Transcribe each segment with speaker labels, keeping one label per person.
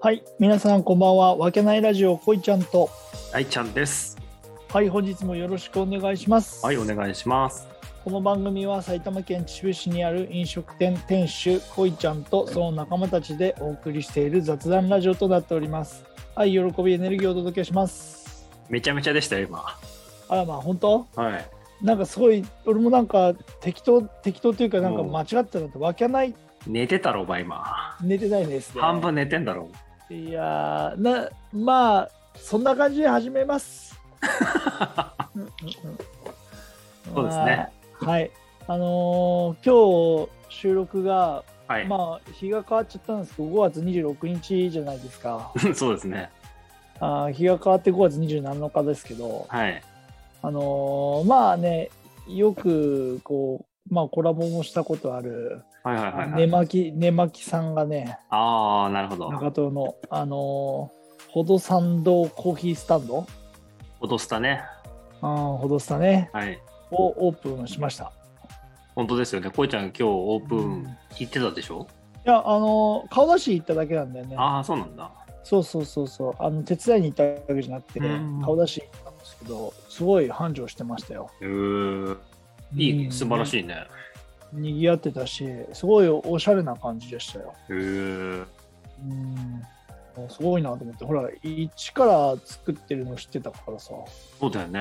Speaker 1: はい、皆さんこんばんは。わけないラジオこいちゃんと。
Speaker 2: 大ちゃんです。
Speaker 1: はい、本日もよろしくお願いします。
Speaker 2: はい、お願いします。
Speaker 1: この番組は埼玉県秩父市にある飲食店店主こいちゃんとその仲間たちでお送りしている雑談ラジオとなっております。はい、喜びエネルギーをお届けします。
Speaker 2: めちゃめちゃでしたよ、今。
Speaker 1: あらまあ本当？
Speaker 2: はい。
Speaker 1: なんかすごい俺もなんか適当適当というかなんか
Speaker 2: うん
Speaker 1: 間違ってたってわけない
Speaker 2: 寝てたろ、お前今。
Speaker 1: 寝てないですね。
Speaker 2: 半分寝てんだろ。
Speaker 1: いやーなまあそんな感じで始め ます。うんうんうん
Speaker 2: そうですね。
Speaker 1: まあはい。あのー今日収録が、
Speaker 2: はい。
Speaker 1: まあ日が変わっちゃったんですけど、5月26日じゃないですか。
Speaker 2: そうですね。
Speaker 1: あー日が変わって5月27日ですけど、
Speaker 2: はい。
Speaker 1: あのーまあね、よくこう、まあコラボもしたことある、
Speaker 2: はいはいはい、は
Speaker 1: 寝
Speaker 2: い。
Speaker 1: 巻き、寝巻きさんがね、
Speaker 2: ああ、なるほど。
Speaker 1: 中東の、あのー、ほど参道コーヒースタンド、
Speaker 2: 落としたね。
Speaker 1: うん、ほどスタね、
Speaker 2: はい。
Speaker 1: をオープンしました。
Speaker 2: 本当ですよね。こいちゃん、今日オープン行ってたでしょ、
Speaker 1: いや、あのー顔出し行っただけなんだよね。
Speaker 2: ああ、そうなんだ。
Speaker 1: そうそうそうそうあの手伝いに行ったわけじゃなくて、
Speaker 2: うん
Speaker 1: 顔出しに行ったんですけどすごい繁盛してましたよ
Speaker 2: うーいい、素晴らしいね。
Speaker 1: いにぎわってたしすごいおしゃれな感じでしたよ
Speaker 2: うー
Speaker 1: うんすごいなと思ってほら一から作ってるの知ってたからさ
Speaker 2: そうだよね。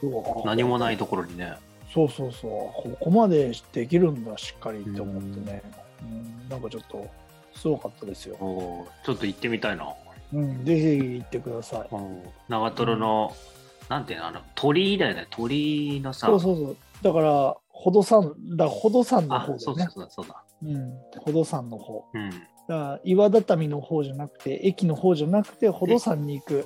Speaker 1: そう
Speaker 2: 何もないところにね。
Speaker 1: そうそうそうここまでできるんだしっかりって思ってね、うん、なんかちょっとすごかったですよ、
Speaker 2: おーちょっと行ってみたいな。
Speaker 1: うん、ぜひぜひ行ってください
Speaker 2: うん長瀞の、なんていうの、あの鳥居だよね。鳥居のさ。
Speaker 1: そうそうそうだからほどさんだほどさんの
Speaker 2: あ
Speaker 1: 方、だ
Speaker 2: そ
Speaker 1: よ
Speaker 2: うだ
Speaker 1: ね
Speaker 2: そうだそうだ。
Speaker 1: うんほどさんの方
Speaker 2: うん。
Speaker 1: だから岩畳の方じゃなくて駅の方じゃなくて宝登山に行く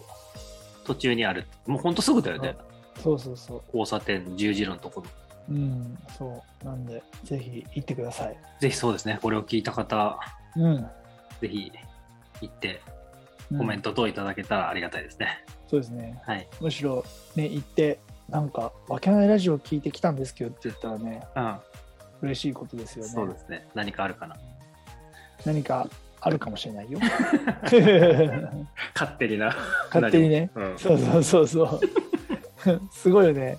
Speaker 2: 途中にある。もうほんとすぐだよね。
Speaker 1: そうそうそ
Speaker 2: 交差点十字路のところ。
Speaker 1: ううんそうなんでぜひ行ってください
Speaker 2: ぜひそうですね。これを聞いた方、
Speaker 1: うん
Speaker 2: ぜひ行ってコメン
Speaker 1: ト、
Speaker 2: ト等いただけたらありがたいですね。
Speaker 1: そうですね
Speaker 2: はい。
Speaker 1: むしろね行ってなんか「わけないラジオ聞いてきたんですけど」って言ったらね
Speaker 2: うん。
Speaker 1: 嬉しいことですよね
Speaker 2: そうですね。何かあるかな。
Speaker 1: 何かあるかもしれない よ
Speaker 2: 勝手にな。
Speaker 1: 勝手にね
Speaker 2: うん。
Speaker 1: そうそうそうそうすごいよね、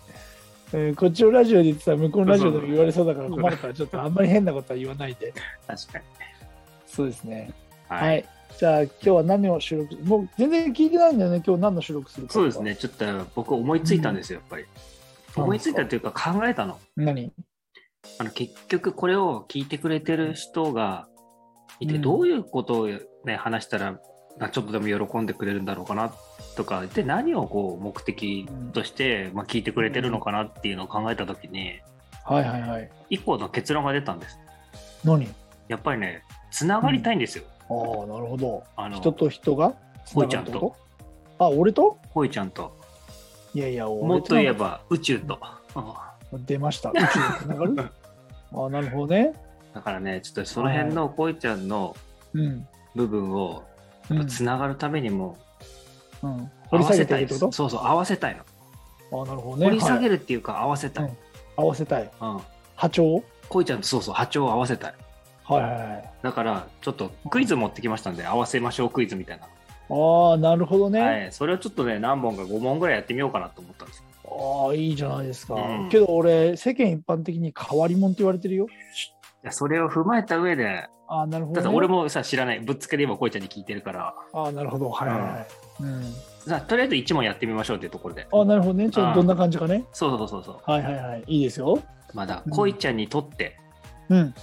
Speaker 1: えーこっちのラジオで言ってたら向こうのラジオでも言われそうだから困るからちょっとあんまり変なことは言わないで
Speaker 2: 確かに。
Speaker 1: そうですね
Speaker 2: は。
Speaker 1: はいい。じゃあ今日は何を収録もう全然聞いてないんだよね。今日何の収録するか。
Speaker 2: そうです。ね。ちょっと僕思いついたんですよ、やっぱり。思いついたというか考えたの。
Speaker 1: 何？
Speaker 2: あの結局これを聞いてくれてる人がいて
Speaker 1: うん
Speaker 2: どういうことを、ね話したらまあちょっとでも喜んでくれるんだろうかなとかで何をこう目的として、まあ、聞いてくれてるのかなっていうのを考えた時に
Speaker 1: はいはいはい。
Speaker 2: 一個の結論が出たんです
Speaker 1: 何？あ
Speaker 2: やっぱりねつながりたいんですよ、
Speaker 1: あなるほど。
Speaker 2: あの
Speaker 1: 人と人がつながるって
Speaker 2: こ
Speaker 1: こあ、俺と？
Speaker 2: 恋ちゃんと
Speaker 1: いやいや、
Speaker 2: も
Speaker 1: 俺
Speaker 2: っと言え
Speaker 1: なんか
Speaker 2: ば宇宙と、うん
Speaker 1: 出ました。宇宙につなが る？あ、なるほどね。
Speaker 2: だからねちょっとその辺の恋ちゃんの
Speaker 1: うん。
Speaker 2: 部分を
Speaker 1: う
Speaker 2: やっ
Speaker 1: ん
Speaker 2: ぱ。つながるためにも
Speaker 1: うん
Speaker 2: 合
Speaker 1: 掘り
Speaker 2: わ
Speaker 1: 下
Speaker 2: せ
Speaker 1: げ
Speaker 2: た
Speaker 1: て
Speaker 2: い
Speaker 1: い
Speaker 2: ん
Speaker 1: く
Speaker 2: で
Speaker 1: っ
Speaker 2: す
Speaker 1: てこ
Speaker 2: そうそう合わせたいの
Speaker 1: と？あ、なるほどね。
Speaker 2: 掘り下
Speaker 1: はい
Speaker 2: げるっていうか合わせたい、
Speaker 1: うん合わせたい。
Speaker 2: うん、
Speaker 1: 波長？
Speaker 2: 恋ちゃんとそうそう波長を合わせたい
Speaker 1: はいはいはい。
Speaker 2: だからちょっとクイズ持ってきましたんで合わせましょうクイズみたいな、
Speaker 1: ああ、なるほどね。
Speaker 2: はい、それをちょっとね何本か5問ぐらいやってみようかなと思ったんです
Speaker 1: ああ、いいじゃないですか。
Speaker 2: うん
Speaker 1: けど俺、世間一般的に変わり者って言われてるよ。
Speaker 2: いやそれを踏まえた上で
Speaker 1: ああ、なるほど、
Speaker 2: た
Speaker 1: ね。
Speaker 2: だ俺もさ知らないぶっつけで今恋ちゃんに聞いてるから
Speaker 1: ああ、なるほど。はいはいはい。うん。
Speaker 2: さあとりあえず1問やってみましょうっていうところで
Speaker 1: ああ、なるほどね。ちょっとどんな感じかね。
Speaker 2: そうそうそうそう
Speaker 1: はいはいはい。いいですよ。
Speaker 2: まあだ
Speaker 1: うん
Speaker 2: 恋ちゃんにとって、
Speaker 1: うん。
Speaker 2: うん、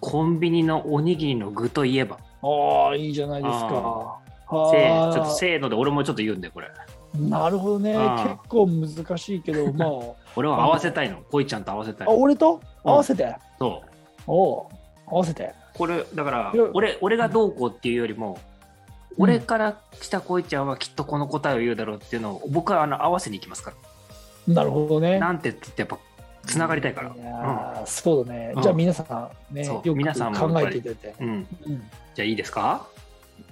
Speaker 2: コンビニのおにぎりの具といえば
Speaker 1: ああ、いいじゃないですか。
Speaker 2: せー
Speaker 1: あ
Speaker 2: ちょっと
Speaker 1: あ、
Speaker 2: せーので俺もちょっと言うんでこれ
Speaker 1: なるほどね。
Speaker 2: うん
Speaker 1: 結構難しいけど、まあ、
Speaker 2: 俺 は合わせたいの恋ちゃんと合わせたい
Speaker 1: あ、俺と合わせて。
Speaker 2: そう
Speaker 1: おおう合わせて。
Speaker 2: これだから
Speaker 1: いや
Speaker 2: 俺俺がどうこうっていうよりも、
Speaker 1: うん
Speaker 2: 俺からした恋ちゃんはきっとこの答えを言うだろうっていうのを僕はあの合わせに行きますか
Speaker 1: なるほど
Speaker 2: ら、
Speaker 1: ね。
Speaker 2: なんて言ってやっぱつながりたいから
Speaker 1: いやーそうだね。じゃあ
Speaker 2: うん
Speaker 1: 皆さんね、
Speaker 2: そう
Speaker 1: よく
Speaker 2: 皆さんもやっ
Speaker 1: 考
Speaker 2: ぱり
Speaker 1: えていただいて。
Speaker 2: うん、うん、
Speaker 1: うん。
Speaker 2: じゃあいいですか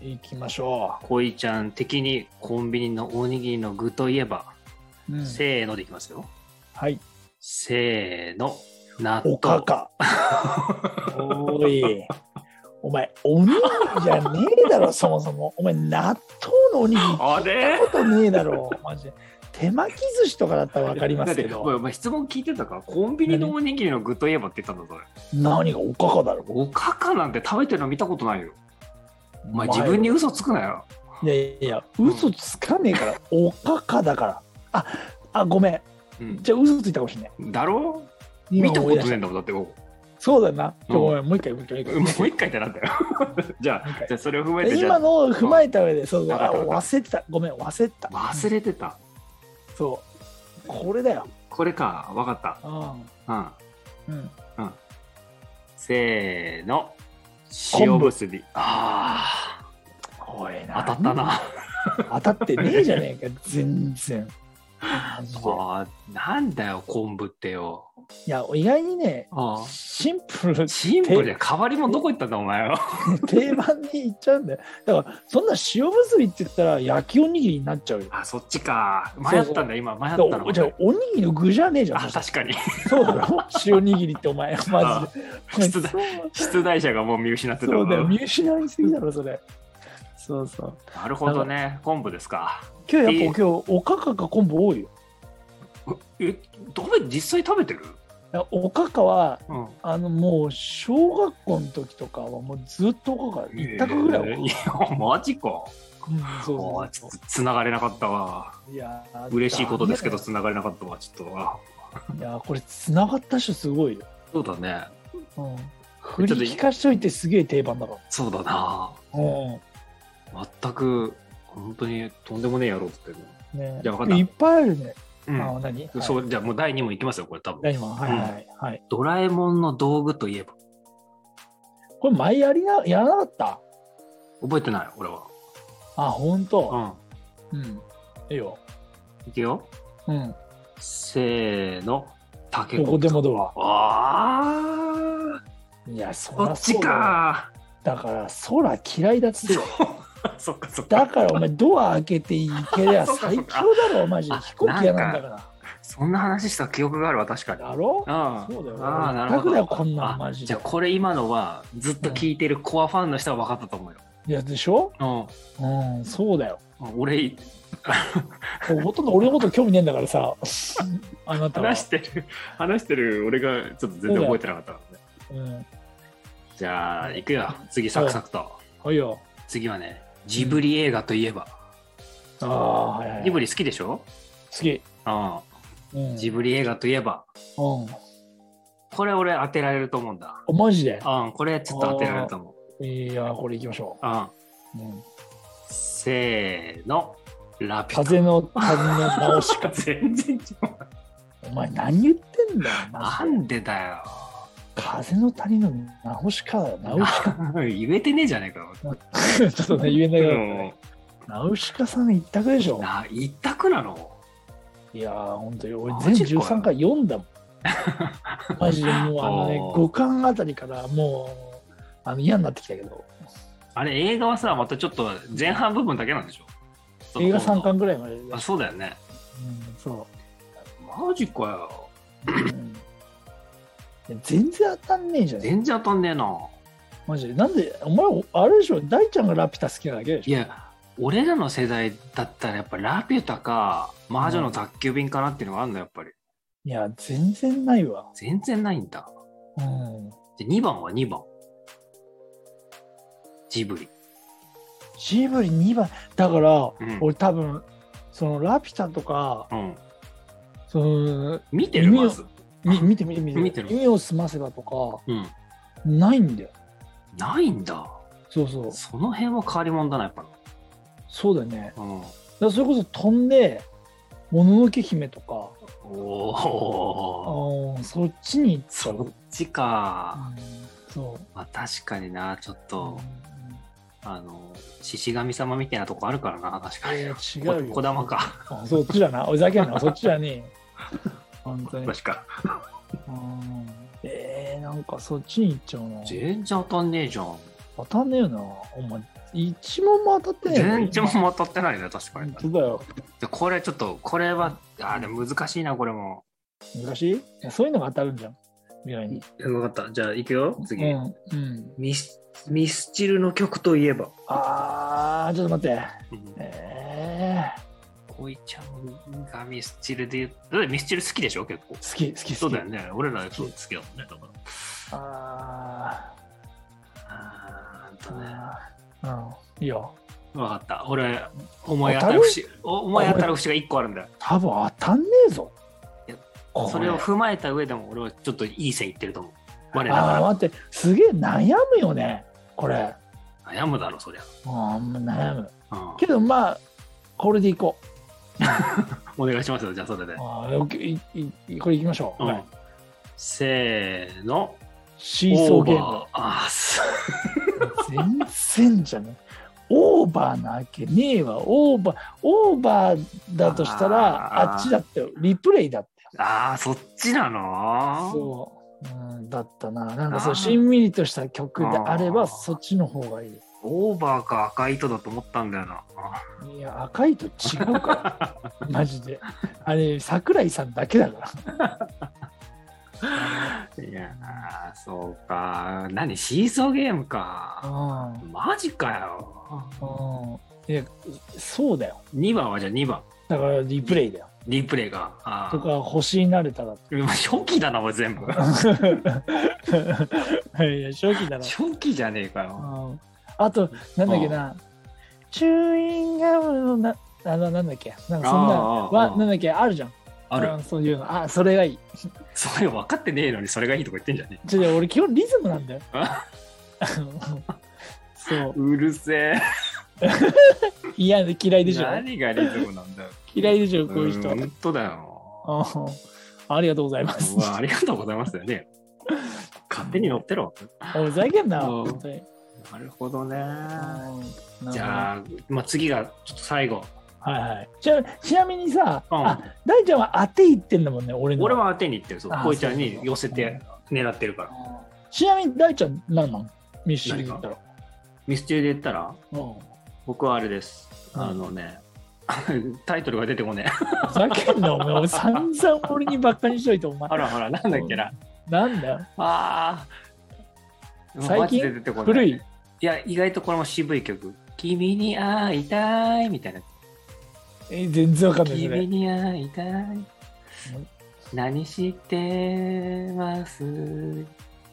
Speaker 1: 行きましょ
Speaker 2: 恋ちゃん的にコンビニのおにぎりの具といえば、
Speaker 1: う。うん、
Speaker 2: せーのでいきますよ
Speaker 1: はい。
Speaker 2: せーの納
Speaker 1: お
Speaker 2: 豆
Speaker 1: かか。おーい。お前おにぎりじゃねえだ ろそもそもお前納豆のおにぎり聞
Speaker 2: あれ
Speaker 1: いたことねえだろマジで手巻き寿司とかだったら分かりますけ
Speaker 2: だってお
Speaker 1: ど
Speaker 2: 前お前質問聞いてたからコンビニのおにぎりの具といえばって言ったんだぞ
Speaker 1: 何がおかかだろ
Speaker 2: おかかなんて食べてるの見たことないよお前
Speaker 1: お前
Speaker 2: 自分に嘘つくなよ
Speaker 1: いやいやいや嘘つかねえからおかかだからああごめん
Speaker 2: うん
Speaker 1: じゃあ嘘ついたかもしれない
Speaker 2: だろ
Speaker 1: 今
Speaker 2: 見たこ
Speaker 1: 思い
Speaker 2: と
Speaker 1: 出し
Speaker 2: ねえんだもんだっても
Speaker 1: そうだな
Speaker 2: うん
Speaker 1: ごめんもう一回もう一回もう一
Speaker 2: う
Speaker 1: 回
Speaker 2: もう一回ってなんだよ じゃ
Speaker 1: もう一
Speaker 2: あ
Speaker 1: 回
Speaker 2: じゃあそれを踏 まえてじゃ
Speaker 1: 今
Speaker 2: あ
Speaker 1: のを踏まえた上で、そうそう、
Speaker 2: わかっ
Speaker 1: あ
Speaker 2: たわかった
Speaker 1: 忘れてた、ごめん、忘れてた。
Speaker 2: 忘れてた
Speaker 1: そう、これだよ。
Speaker 2: これかわかっ
Speaker 1: う
Speaker 2: たうん
Speaker 1: ん、うん、
Speaker 2: せーの
Speaker 1: 昆布
Speaker 2: 塩結びあ
Speaker 1: おい
Speaker 2: あ当たった。な
Speaker 1: 当たってねえじゃねえか、全然。マジで
Speaker 2: あーなんだよ昆布ってよ
Speaker 1: いや、意外にね、
Speaker 2: あー
Speaker 1: シンプル、
Speaker 2: シンプルで変わりもんどこ行ったんだお前は
Speaker 1: 定番にいっちゃうんだよ。だから、そんな塩結びって言ったら、焼きおにぎりになっちゃうよ。
Speaker 2: あそっちか迷ったんだ
Speaker 1: そう
Speaker 2: 今迷
Speaker 1: だ
Speaker 2: った
Speaker 1: か
Speaker 2: の
Speaker 1: らおじゃあ、おにぎりの具じゃねえじゃん。
Speaker 2: あ
Speaker 1: そしたら
Speaker 2: 確かに
Speaker 1: そうだ ろ、塩にぎりってお前、マジで。お前
Speaker 2: 出題
Speaker 1: そう
Speaker 2: 出題者がもう見失ってた
Speaker 1: そうだよ、
Speaker 2: わ
Speaker 1: 見失いすぎだろ、それ。そうそう。
Speaker 2: なるほどね昆布ですか
Speaker 1: 今日
Speaker 2: いい
Speaker 1: やっぱ今日おかかが昆布多いよ
Speaker 2: え食べ実際食べてる
Speaker 1: いやおかかは
Speaker 2: うん
Speaker 1: あのもう小学校の時とかはもうずっとおかか一択ぐらい
Speaker 2: え
Speaker 1: は、
Speaker 2: ーいやマジか
Speaker 1: うんそう
Speaker 2: あーち
Speaker 1: そ
Speaker 2: ょ
Speaker 1: う
Speaker 2: っとつながれなかったわ
Speaker 1: そういやー
Speaker 2: 嬉しいことですけど
Speaker 1: ダ
Speaker 2: つながれなかったわちょっとあ
Speaker 1: メだよいやーこれつながった人すごいよ、
Speaker 2: そうだね
Speaker 1: うん、振り聞かしといてすげえ定番だか
Speaker 2: そうだな
Speaker 1: ら、うん
Speaker 2: 全く本当にとんでもねえやろって言って
Speaker 1: ね、
Speaker 2: じゃあ分かった
Speaker 1: いっぱいあるね、
Speaker 2: る
Speaker 1: あ
Speaker 2: の
Speaker 1: ー何、
Speaker 2: うんそうじゃあもう第2問いきますよこれ多分
Speaker 1: 何もはいはい、はい、
Speaker 2: ドラえもんの道具といえば
Speaker 1: これ前やりなやらなかった
Speaker 2: 覚えてない俺は
Speaker 1: あ本当
Speaker 2: うん
Speaker 1: うん、いいよ
Speaker 2: いくよ
Speaker 1: うん
Speaker 2: せーの、タケ
Speaker 1: どこでもドア
Speaker 2: あ
Speaker 1: いやそ
Speaker 2: あ、
Speaker 1: り
Speaker 2: こ
Speaker 1: ゃ
Speaker 2: っ
Speaker 1: そ
Speaker 2: ち
Speaker 1: うだよ
Speaker 2: か。
Speaker 1: だから空嫌いだっつってよ
Speaker 2: そっかそっ
Speaker 1: だ
Speaker 2: か。
Speaker 1: からお前ドア開けていけりゃ
Speaker 2: そうか
Speaker 1: 最
Speaker 2: そ
Speaker 1: 強
Speaker 2: うか
Speaker 1: だろマジで
Speaker 2: あ
Speaker 1: 飛行機嫌なんだから
Speaker 2: そんな話した記憶があるわ、確かに。
Speaker 1: だろ
Speaker 2: あ
Speaker 1: そうだよ
Speaker 2: ああ、なる
Speaker 1: 全
Speaker 2: ほ
Speaker 1: く
Speaker 2: ど。
Speaker 1: だよこんなんマ
Speaker 2: あ
Speaker 1: ジ
Speaker 2: じ
Speaker 1: で
Speaker 2: ゃあこれ今のはずっと聞いてるコアファンの人は分かったと思う
Speaker 1: いやでしょ
Speaker 2: よ。
Speaker 1: うんそうだよ
Speaker 2: うん、俺
Speaker 1: ほとんど俺のこと興味ねえんだから さあなたは
Speaker 2: 話してる話してる俺がちょっと全然覚えてなかったから
Speaker 1: う
Speaker 2: ね。
Speaker 1: ん
Speaker 2: じゃあ行くよ。次サクサクと。
Speaker 1: はいよ
Speaker 2: 次はねジブリ映画といえば。
Speaker 1: ああはいはい
Speaker 2: ジブリ好きでしょ？
Speaker 1: 次
Speaker 2: ああ
Speaker 1: うん
Speaker 2: ジブリ映画といえば。
Speaker 1: うん
Speaker 2: これ俺当てられると思うんだ。
Speaker 1: あマジで
Speaker 2: うん、これちょっと当てられると思う。
Speaker 1: いやこれ行きましょ
Speaker 2: うん、
Speaker 1: ううん
Speaker 2: せーの、ラピュ
Speaker 1: 風の風の直し
Speaker 2: タ。
Speaker 1: か
Speaker 2: 全然違う。
Speaker 1: お前何言ってんだよマ
Speaker 2: な
Speaker 1: ジで
Speaker 2: んでだよ。
Speaker 1: 風の谷の直しかだよ直 しか
Speaker 2: 言えてねえじゃねえかよ。
Speaker 1: ちょっとね、言えないから、
Speaker 2: うん
Speaker 1: ね。ナウシカさん一択でしょ。
Speaker 2: な一択なの
Speaker 1: いやー、本当に俺
Speaker 2: マ
Speaker 1: 全
Speaker 2: ジかよ
Speaker 1: 13回読ん だもん。マジでもうあのね、
Speaker 2: おー
Speaker 1: 五巻あたりからもうあの嫌になってきたけど、
Speaker 2: あれ、映画はさ、またちょっと前半部分だけなんでしょ
Speaker 1: 映画3。
Speaker 2: その
Speaker 1: 巻ぐらいまでで。
Speaker 2: あ、そうだよね。
Speaker 1: うん、そ
Speaker 2: マジかよ。
Speaker 1: う、うんいや全然当たんねえじゃん。
Speaker 2: 全然当たんねえな。
Speaker 1: マジで。なんで、お前、あれでしょ、大ちゃんがラピュタ好きなだけで
Speaker 2: い
Speaker 1: しょ。
Speaker 2: や、俺らの世代だったらやっぱラピュタか、魔女の宅急便かなっていうのがあるんだ、やっぱり。
Speaker 1: いや、全然ないわ。
Speaker 2: 全然ないんだ。
Speaker 1: うん。
Speaker 2: で2番は2番。ジブリ。
Speaker 1: ジブリ2番、だから、
Speaker 2: うん
Speaker 1: 俺多分、そのラピュタとか、
Speaker 2: うん、
Speaker 1: その
Speaker 2: 見てる
Speaker 1: 見よ
Speaker 2: まず、
Speaker 1: み見て見て見て
Speaker 2: 見てる
Speaker 1: 耳を澄ませばとか
Speaker 2: うん、
Speaker 1: ないんだよ
Speaker 2: ないんだ
Speaker 1: そうそう
Speaker 2: その辺は変わり者だなやっぱ
Speaker 1: そうだよねだか
Speaker 2: な、うん、
Speaker 1: らそれこそ飛んでもののけ姫とか
Speaker 2: お
Speaker 1: あ
Speaker 2: お
Speaker 1: ーそっちに行っちゃ、
Speaker 2: そう
Speaker 1: う
Speaker 2: っちか、
Speaker 1: んそう
Speaker 2: まあ、確かになちょっと
Speaker 1: う、
Speaker 2: あの獅子神様みたいなとこあるからな確か
Speaker 1: んい
Speaker 2: に、
Speaker 1: や
Speaker 2: こ
Speaker 1: 違うよ
Speaker 2: こだまか
Speaker 1: あそっちだなおいざけん なそっちだね本当に
Speaker 2: 確か
Speaker 1: うんえー、なんかそっちに行っちゃうな
Speaker 2: 全然当たんねえじゃん
Speaker 1: 当たんねえよなお前一問も当たってねえよ
Speaker 2: 全然も当たってないね確かに
Speaker 1: 本当だよ
Speaker 2: でこれちょっとこれはあーでも難しいなこれも
Speaker 1: 難しいいやそういうのが当たるんじゃん未来に。
Speaker 2: 分かった。じゃあ、行くよ。
Speaker 1: う
Speaker 2: 次。
Speaker 1: ん。うん。
Speaker 2: ミスミスチルの曲といえば。
Speaker 1: あー、ちょっと待って。えー、
Speaker 2: 恋ちゃんがミスチルで言うだってミスチル好きでしょ、結
Speaker 1: 好
Speaker 2: 構。
Speaker 1: き、好き、好き。
Speaker 2: そうだよね。俺らそう好きだもんね、だから。
Speaker 1: あ
Speaker 2: あーあ
Speaker 1: ー
Speaker 2: とね。
Speaker 1: あー、うん。いいよ。
Speaker 2: 分かった。俺、思い当たる節、お思い当たる節が1個あるんだよ。
Speaker 1: 多分当たんねえぞ
Speaker 2: いや。
Speaker 1: こ
Speaker 2: それを踏まえた上でも、俺はちょっといい線いってると思う。我な
Speaker 1: あー
Speaker 2: が
Speaker 1: 待って、すげえ悩むよね、これ。
Speaker 2: ら。悩むだろ、そりゃ。
Speaker 1: あんま悩む。
Speaker 2: うん
Speaker 1: けどまあ、これでいこう。
Speaker 2: お願いしますよ、じゃあ、それで。
Speaker 1: あーよくいいいこれいきましょう。
Speaker 2: う
Speaker 1: は
Speaker 2: ん
Speaker 1: い
Speaker 2: せーの。
Speaker 1: シーソーゲーム。
Speaker 2: オバあーす
Speaker 1: 全然じゃねオーバーなわけねえわオーバーオーバーだとしたら
Speaker 2: あ
Speaker 1: あ
Speaker 2: ー
Speaker 1: っちだったよリプレイだったよ
Speaker 2: あー、そっちなの
Speaker 1: そう、うん、だったななんかそ
Speaker 2: あ
Speaker 1: う
Speaker 2: ー
Speaker 1: しんみりとした曲であれ
Speaker 2: あ
Speaker 1: ば
Speaker 2: ー
Speaker 1: そっちの方がいい
Speaker 2: オーバーか赤い糸だと思ったんだよな。
Speaker 1: いや赤いと違う からマジであれ桜井さんだけだから
Speaker 2: いやー、そうか。何シーソーゲームか。
Speaker 1: うん
Speaker 2: マジかよ。
Speaker 1: うんいやそうだよ
Speaker 2: 2番はじゃあ2番。
Speaker 1: だからリプレイだよ
Speaker 2: リプレイが。あー
Speaker 1: とか星になれた ら
Speaker 2: うん初期だな、俺全部。
Speaker 1: いや正気だな
Speaker 2: 初期じゃねえかよ。
Speaker 1: うんあと、なんだっけな、チューインガムのな、あの、なんだっけ、なんかそんな、
Speaker 2: あああああ
Speaker 1: わ
Speaker 2: あ
Speaker 1: なんだっけ、あるじゃん。
Speaker 2: ある。
Speaker 1: のそういうの、あ、それがいい。
Speaker 2: それ分かってねえのに、それがいいとか言ってんじゃね
Speaker 1: ちょ、俺、基本リズムなんだよ。
Speaker 2: あ
Speaker 1: そう
Speaker 2: え。、うるせえ。
Speaker 1: 嫌で嫌い でしょ。
Speaker 2: 何がリズムなんだよ。
Speaker 1: 嫌いでしょ、こういう人。
Speaker 2: 本当だよ。
Speaker 1: うんありがとうございます
Speaker 2: う。わありがとうございますよね。勝手に乗ってろ。
Speaker 1: おふざけんな、
Speaker 2: うん
Speaker 1: 本当に。
Speaker 2: なるほどね。
Speaker 1: うん
Speaker 2: じ
Speaker 1: なる
Speaker 2: ゃあ、まあ、次がちょっと最後。
Speaker 1: ほどはいはい。じゃあ、ちなみにさ、
Speaker 2: うん
Speaker 1: あ、大ちゃんは当ていってんだもんね、俺の。
Speaker 2: 俺は当てにいってる、そう
Speaker 1: あ。
Speaker 2: こいちゃんに寄せて狙ってるから。
Speaker 1: ちなみに大ちゃん、何なんミッションで言ったら。
Speaker 2: ミスチルで言ったら、
Speaker 1: うん
Speaker 2: 僕はあれです。
Speaker 1: うん
Speaker 2: あのね、 タイトルが出てこねえ。
Speaker 1: ふざけんな、お前。俺散々俺にばっかりしといて、お前
Speaker 2: あ。らあら、なんだっけな。
Speaker 1: なんだよ。
Speaker 2: ああ。
Speaker 1: 最近
Speaker 2: マジで出てこない
Speaker 1: 古い。
Speaker 2: いや、意外とこれも渋い曲。君に会いたいみたいな。
Speaker 1: え全然わかんないそ
Speaker 2: 君
Speaker 1: れ。
Speaker 2: に会いたい。何してます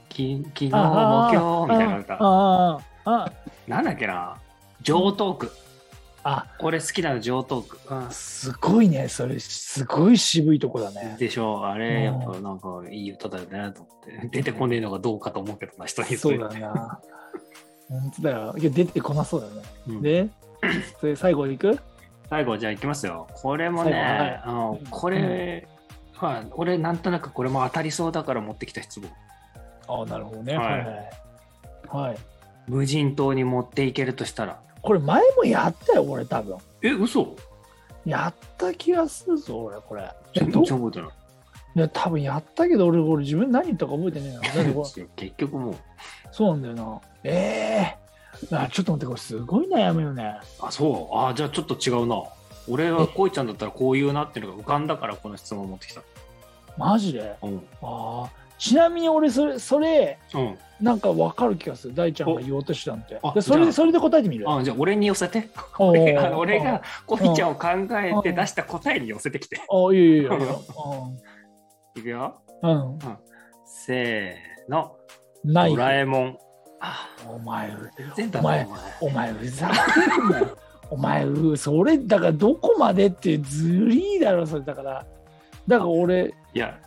Speaker 2: き昨日も今日みたいな歌。
Speaker 1: あああ
Speaker 2: なんだっけな上トーク。
Speaker 1: あ
Speaker 2: これ好きなの上トーク。
Speaker 1: あすごいねそれすごい渋いとこだね。
Speaker 2: でしょうあれ、や
Speaker 1: うん
Speaker 2: っぱなんかいい歌だよねと思って。出てこねえのがどうかと思うけどな、人によって
Speaker 1: そうだ。な。本当だよ。いや出てこなそうだよね。
Speaker 2: うん
Speaker 1: で、それ最後いく
Speaker 2: 最後、じゃあいきますよ。これもね、
Speaker 1: 最後はい
Speaker 2: あのこれ、まあ、俺なんとなくこれも当たりそうだから持ってきた質問。
Speaker 1: ああ、なるほどね。
Speaker 2: はい
Speaker 1: はい。はい。
Speaker 2: 無人島に持っていけるとしたら。
Speaker 1: これ前もやったよ、俺多分。
Speaker 2: え、嘘
Speaker 1: やった気がするぞ、俺、これ。え
Speaker 2: 全
Speaker 1: ど
Speaker 2: 然
Speaker 1: う
Speaker 2: 覚えてない。
Speaker 1: いや、多分やったけど、俺、俺自分何言ったか覚えてねえな。だってこれ
Speaker 2: 結局もう、
Speaker 1: そうなんだよな。ええあ、ちょっと待って、これすごい悩むよね。
Speaker 2: あ、そう。あ、じゃあちょっと違うな。俺はこいちゃんだったらこう言うなっていうのが浮かんだからこの質問を持ってきた。
Speaker 1: マジで
Speaker 2: うん。
Speaker 1: ああ。ちなみに俺、それ、それ、
Speaker 2: うん。
Speaker 1: なんかわかる気がする。大ちゃんが言おうとしてたのって
Speaker 2: おあ。
Speaker 1: でそれ
Speaker 2: じゃ
Speaker 1: で、
Speaker 2: あ
Speaker 1: それで答えてみる。
Speaker 2: あ、じゃあ俺に寄せて。
Speaker 1: おー
Speaker 2: 俺あの 俺が。こいちゃんを考えて
Speaker 1: うん
Speaker 2: 出した答えに寄せてきて。
Speaker 1: あ、いいよいいよ。
Speaker 2: いくよ。
Speaker 1: うん。うん
Speaker 2: せーの。
Speaker 1: ない
Speaker 2: ド。ラえもん。あ、
Speaker 1: お前、
Speaker 2: 全然
Speaker 1: お前お前、ふざけんなよ。お前、うそれ、だからどこまでってずりーだろ、それ。だから、だから俺、
Speaker 2: いや。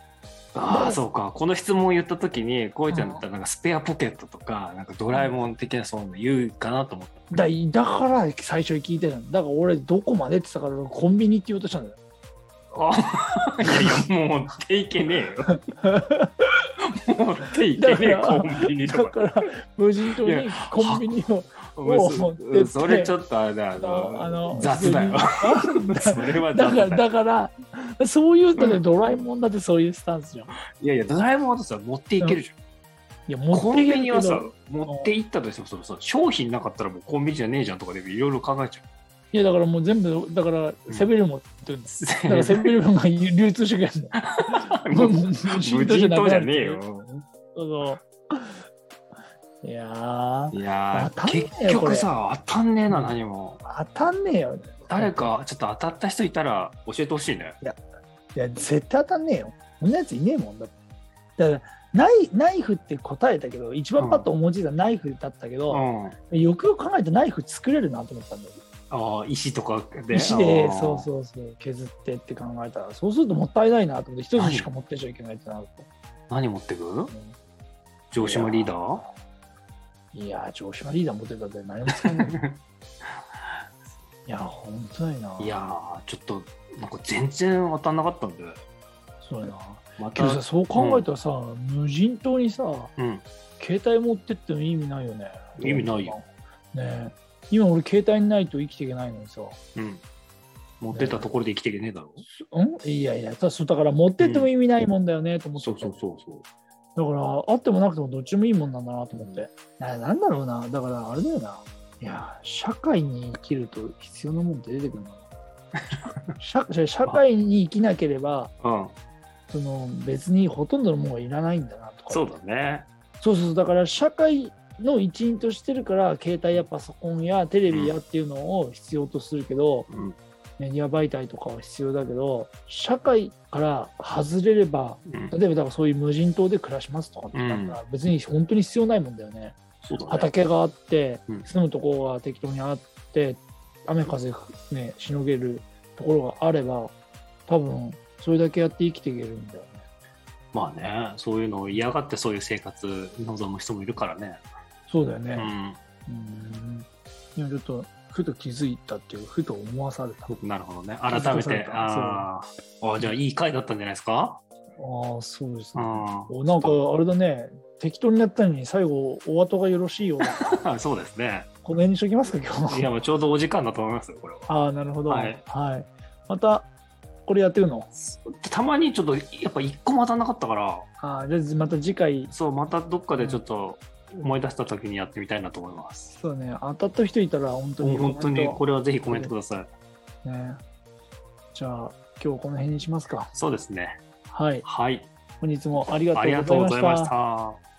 Speaker 2: ああ、そうか。この質問を言った時に、こいちゃんだったらなんかスペアポケットとか、なんかドラえもん的なそういうの言うかなと思った。
Speaker 1: だだから最初に聞いてたの。だから俺、どこまでって言ったから、コンビニって言おうとしたんだよ。
Speaker 2: あいやいやもう持っていけね えよ。持っていけ
Speaker 1: だか
Speaker 2: ねえ
Speaker 1: ら
Speaker 2: コンビニ
Speaker 1: だ
Speaker 2: とか。
Speaker 1: から無人島にコンビニをもう持ってって
Speaker 2: うんそれちょっとあれだよ
Speaker 1: あの
Speaker 2: 雑だよ。
Speaker 1: 普通
Speaker 2: そ
Speaker 1: に
Speaker 2: れは
Speaker 1: だ
Speaker 2: 雑
Speaker 1: から
Speaker 2: だよ。
Speaker 1: だからそういうだってドラえもんだってそういうスタンスじゃん。
Speaker 2: いやいや、ドラえもんだとさ、持っていけるじ
Speaker 1: いや
Speaker 2: ゃん。
Speaker 1: 持
Speaker 2: コ
Speaker 1: っ
Speaker 2: ン
Speaker 1: てい
Speaker 2: ビ
Speaker 1: ける
Speaker 2: ニ
Speaker 1: け
Speaker 2: はさ
Speaker 1: ど、
Speaker 2: 持っていったとしてもそのさ、商品なかったらもうコンビニじゃねえじゃんとかでいろいろ考えちゃう。
Speaker 1: いやだからもう全部だからセブンイレブン持ってるんです。 だからセブンイレブンが流通してくれるんだ。
Speaker 2: 無人島じゃねえよ。
Speaker 1: そうそう。いやー、
Speaker 2: いや
Speaker 1: 当たん
Speaker 2: ー、
Speaker 1: ね
Speaker 2: 結
Speaker 1: えよこれ
Speaker 2: 局さ、当たんねえな、何も。
Speaker 1: 当たんねえよ。
Speaker 2: 誰か、ちょっと当たった人いたら教えてほしいね。
Speaker 1: いや、絶対当たんねえよ。そんなやついねえもんだって。だからナイナイフって答えたけど、一番パッと思いついたのはナイフだったけ
Speaker 2: う
Speaker 1: ど、
Speaker 2: ん。
Speaker 1: よくよく考えてナイフ作れるなと思ったんだよ。
Speaker 2: ああ、石とかで。
Speaker 1: 石で
Speaker 2: あー
Speaker 1: そうそうそう削ってって考えたらそうするともったいないなと思って一つしか持ってちゃいけないってなると、
Speaker 2: 何持ってく
Speaker 1: う
Speaker 2: 城島リーダー
Speaker 1: んいやー城島リーダー持ってたって何も使えない いや本当だよない
Speaker 2: やー、ちょっと、なんか全然当たんなかったんで。
Speaker 1: そうやな
Speaker 2: ま
Speaker 1: け
Speaker 2: た
Speaker 1: ど、さそう考えたらさ、無人島にさ
Speaker 2: うん。
Speaker 1: 携帯持ってっても意味ないよね
Speaker 2: 意味ないよ
Speaker 1: ねえ今俺携帯ないと生きていけないのにさ
Speaker 2: うん。持ってったところで生きていけねえだろ。
Speaker 1: うんいやいやたそうだから持ってっても意味ないもんだよねと思って
Speaker 2: そ
Speaker 1: た
Speaker 2: うそうそうそう。
Speaker 1: だからあってもなくてもどっちもいいもんなんだなと思って、ななんだろうなだからあれだよないや社会に生きると必要なもんって出てくるんだな 社社社会に生きなければ
Speaker 2: うん、
Speaker 1: その別にほとんどのものはいらないんだなとか
Speaker 2: そうだね。
Speaker 1: そうそうそうだから社会の一員としてるから携帯やパソコンやテレビやっていうのを必要とするけど、
Speaker 2: うん、
Speaker 1: メディア媒体とかは必要だけど社会から外れれば
Speaker 2: うん、
Speaker 1: 例えばだからそういう無人島で暮らしますとかってなったら別に本当に必要ないもんだよね、
Speaker 2: そうだね。
Speaker 1: 畑があって
Speaker 2: うん
Speaker 1: 住むところが適当にあって雨風ねしのげるところがあれば多分それだけやって生きていけるんだよね
Speaker 2: まあね、そういうのを嫌がってそういう生活望む人もいるからね。
Speaker 1: そうだよ
Speaker 2: う
Speaker 1: ね
Speaker 2: ん、
Speaker 1: うん今ちょっとふと気づいたっていうふと思わされたあ
Speaker 2: なるほどね。改め
Speaker 1: そうだ
Speaker 2: て、あーあー、じゃあいい回だったんじゃないですか。
Speaker 1: あそうです
Speaker 2: う
Speaker 1: ね
Speaker 2: ん、
Speaker 1: おなんかあれだね適当になったのに最後お後がよろしいような
Speaker 2: そうですね。
Speaker 1: この辺にしときますか今日
Speaker 2: いや、もうちょうどお時間だと思いますよ、これは。
Speaker 1: ああ、なるほど。は
Speaker 2: はいい。
Speaker 1: また、これやってるの
Speaker 2: たまにちょっと、やっぱ一個も当たんなかったから、
Speaker 1: ああ、じゃあまた次回、
Speaker 2: そう、またどっかでちょっと思い出した時にやってみたいなと思います。
Speaker 1: そうね、当たった人いたら本当に
Speaker 2: 本当にこ
Speaker 1: れ。
Speaker 2: れはぜひコメントください。
Speaker 1: ね。じゃあ、今日この辺にしますか。
Speaker 2: そうですね。
Speaker 1: はい。
Speaker 2: はい。
Speaker 1: 本日もありが
Speaker 2: あ
Speaker 1: と
Speaker 2: り
Speaker 1: う
Speaker 2: が
Speaker 1: ご
Speaker 2: と
Speaker 1: ざ
Speaker 2: う
Speaker 1: い
Speaker 2: ご
Speaker 1: ま
Speaker 2: ざい
Speaker 1: し。
Speaker 2: ましたた。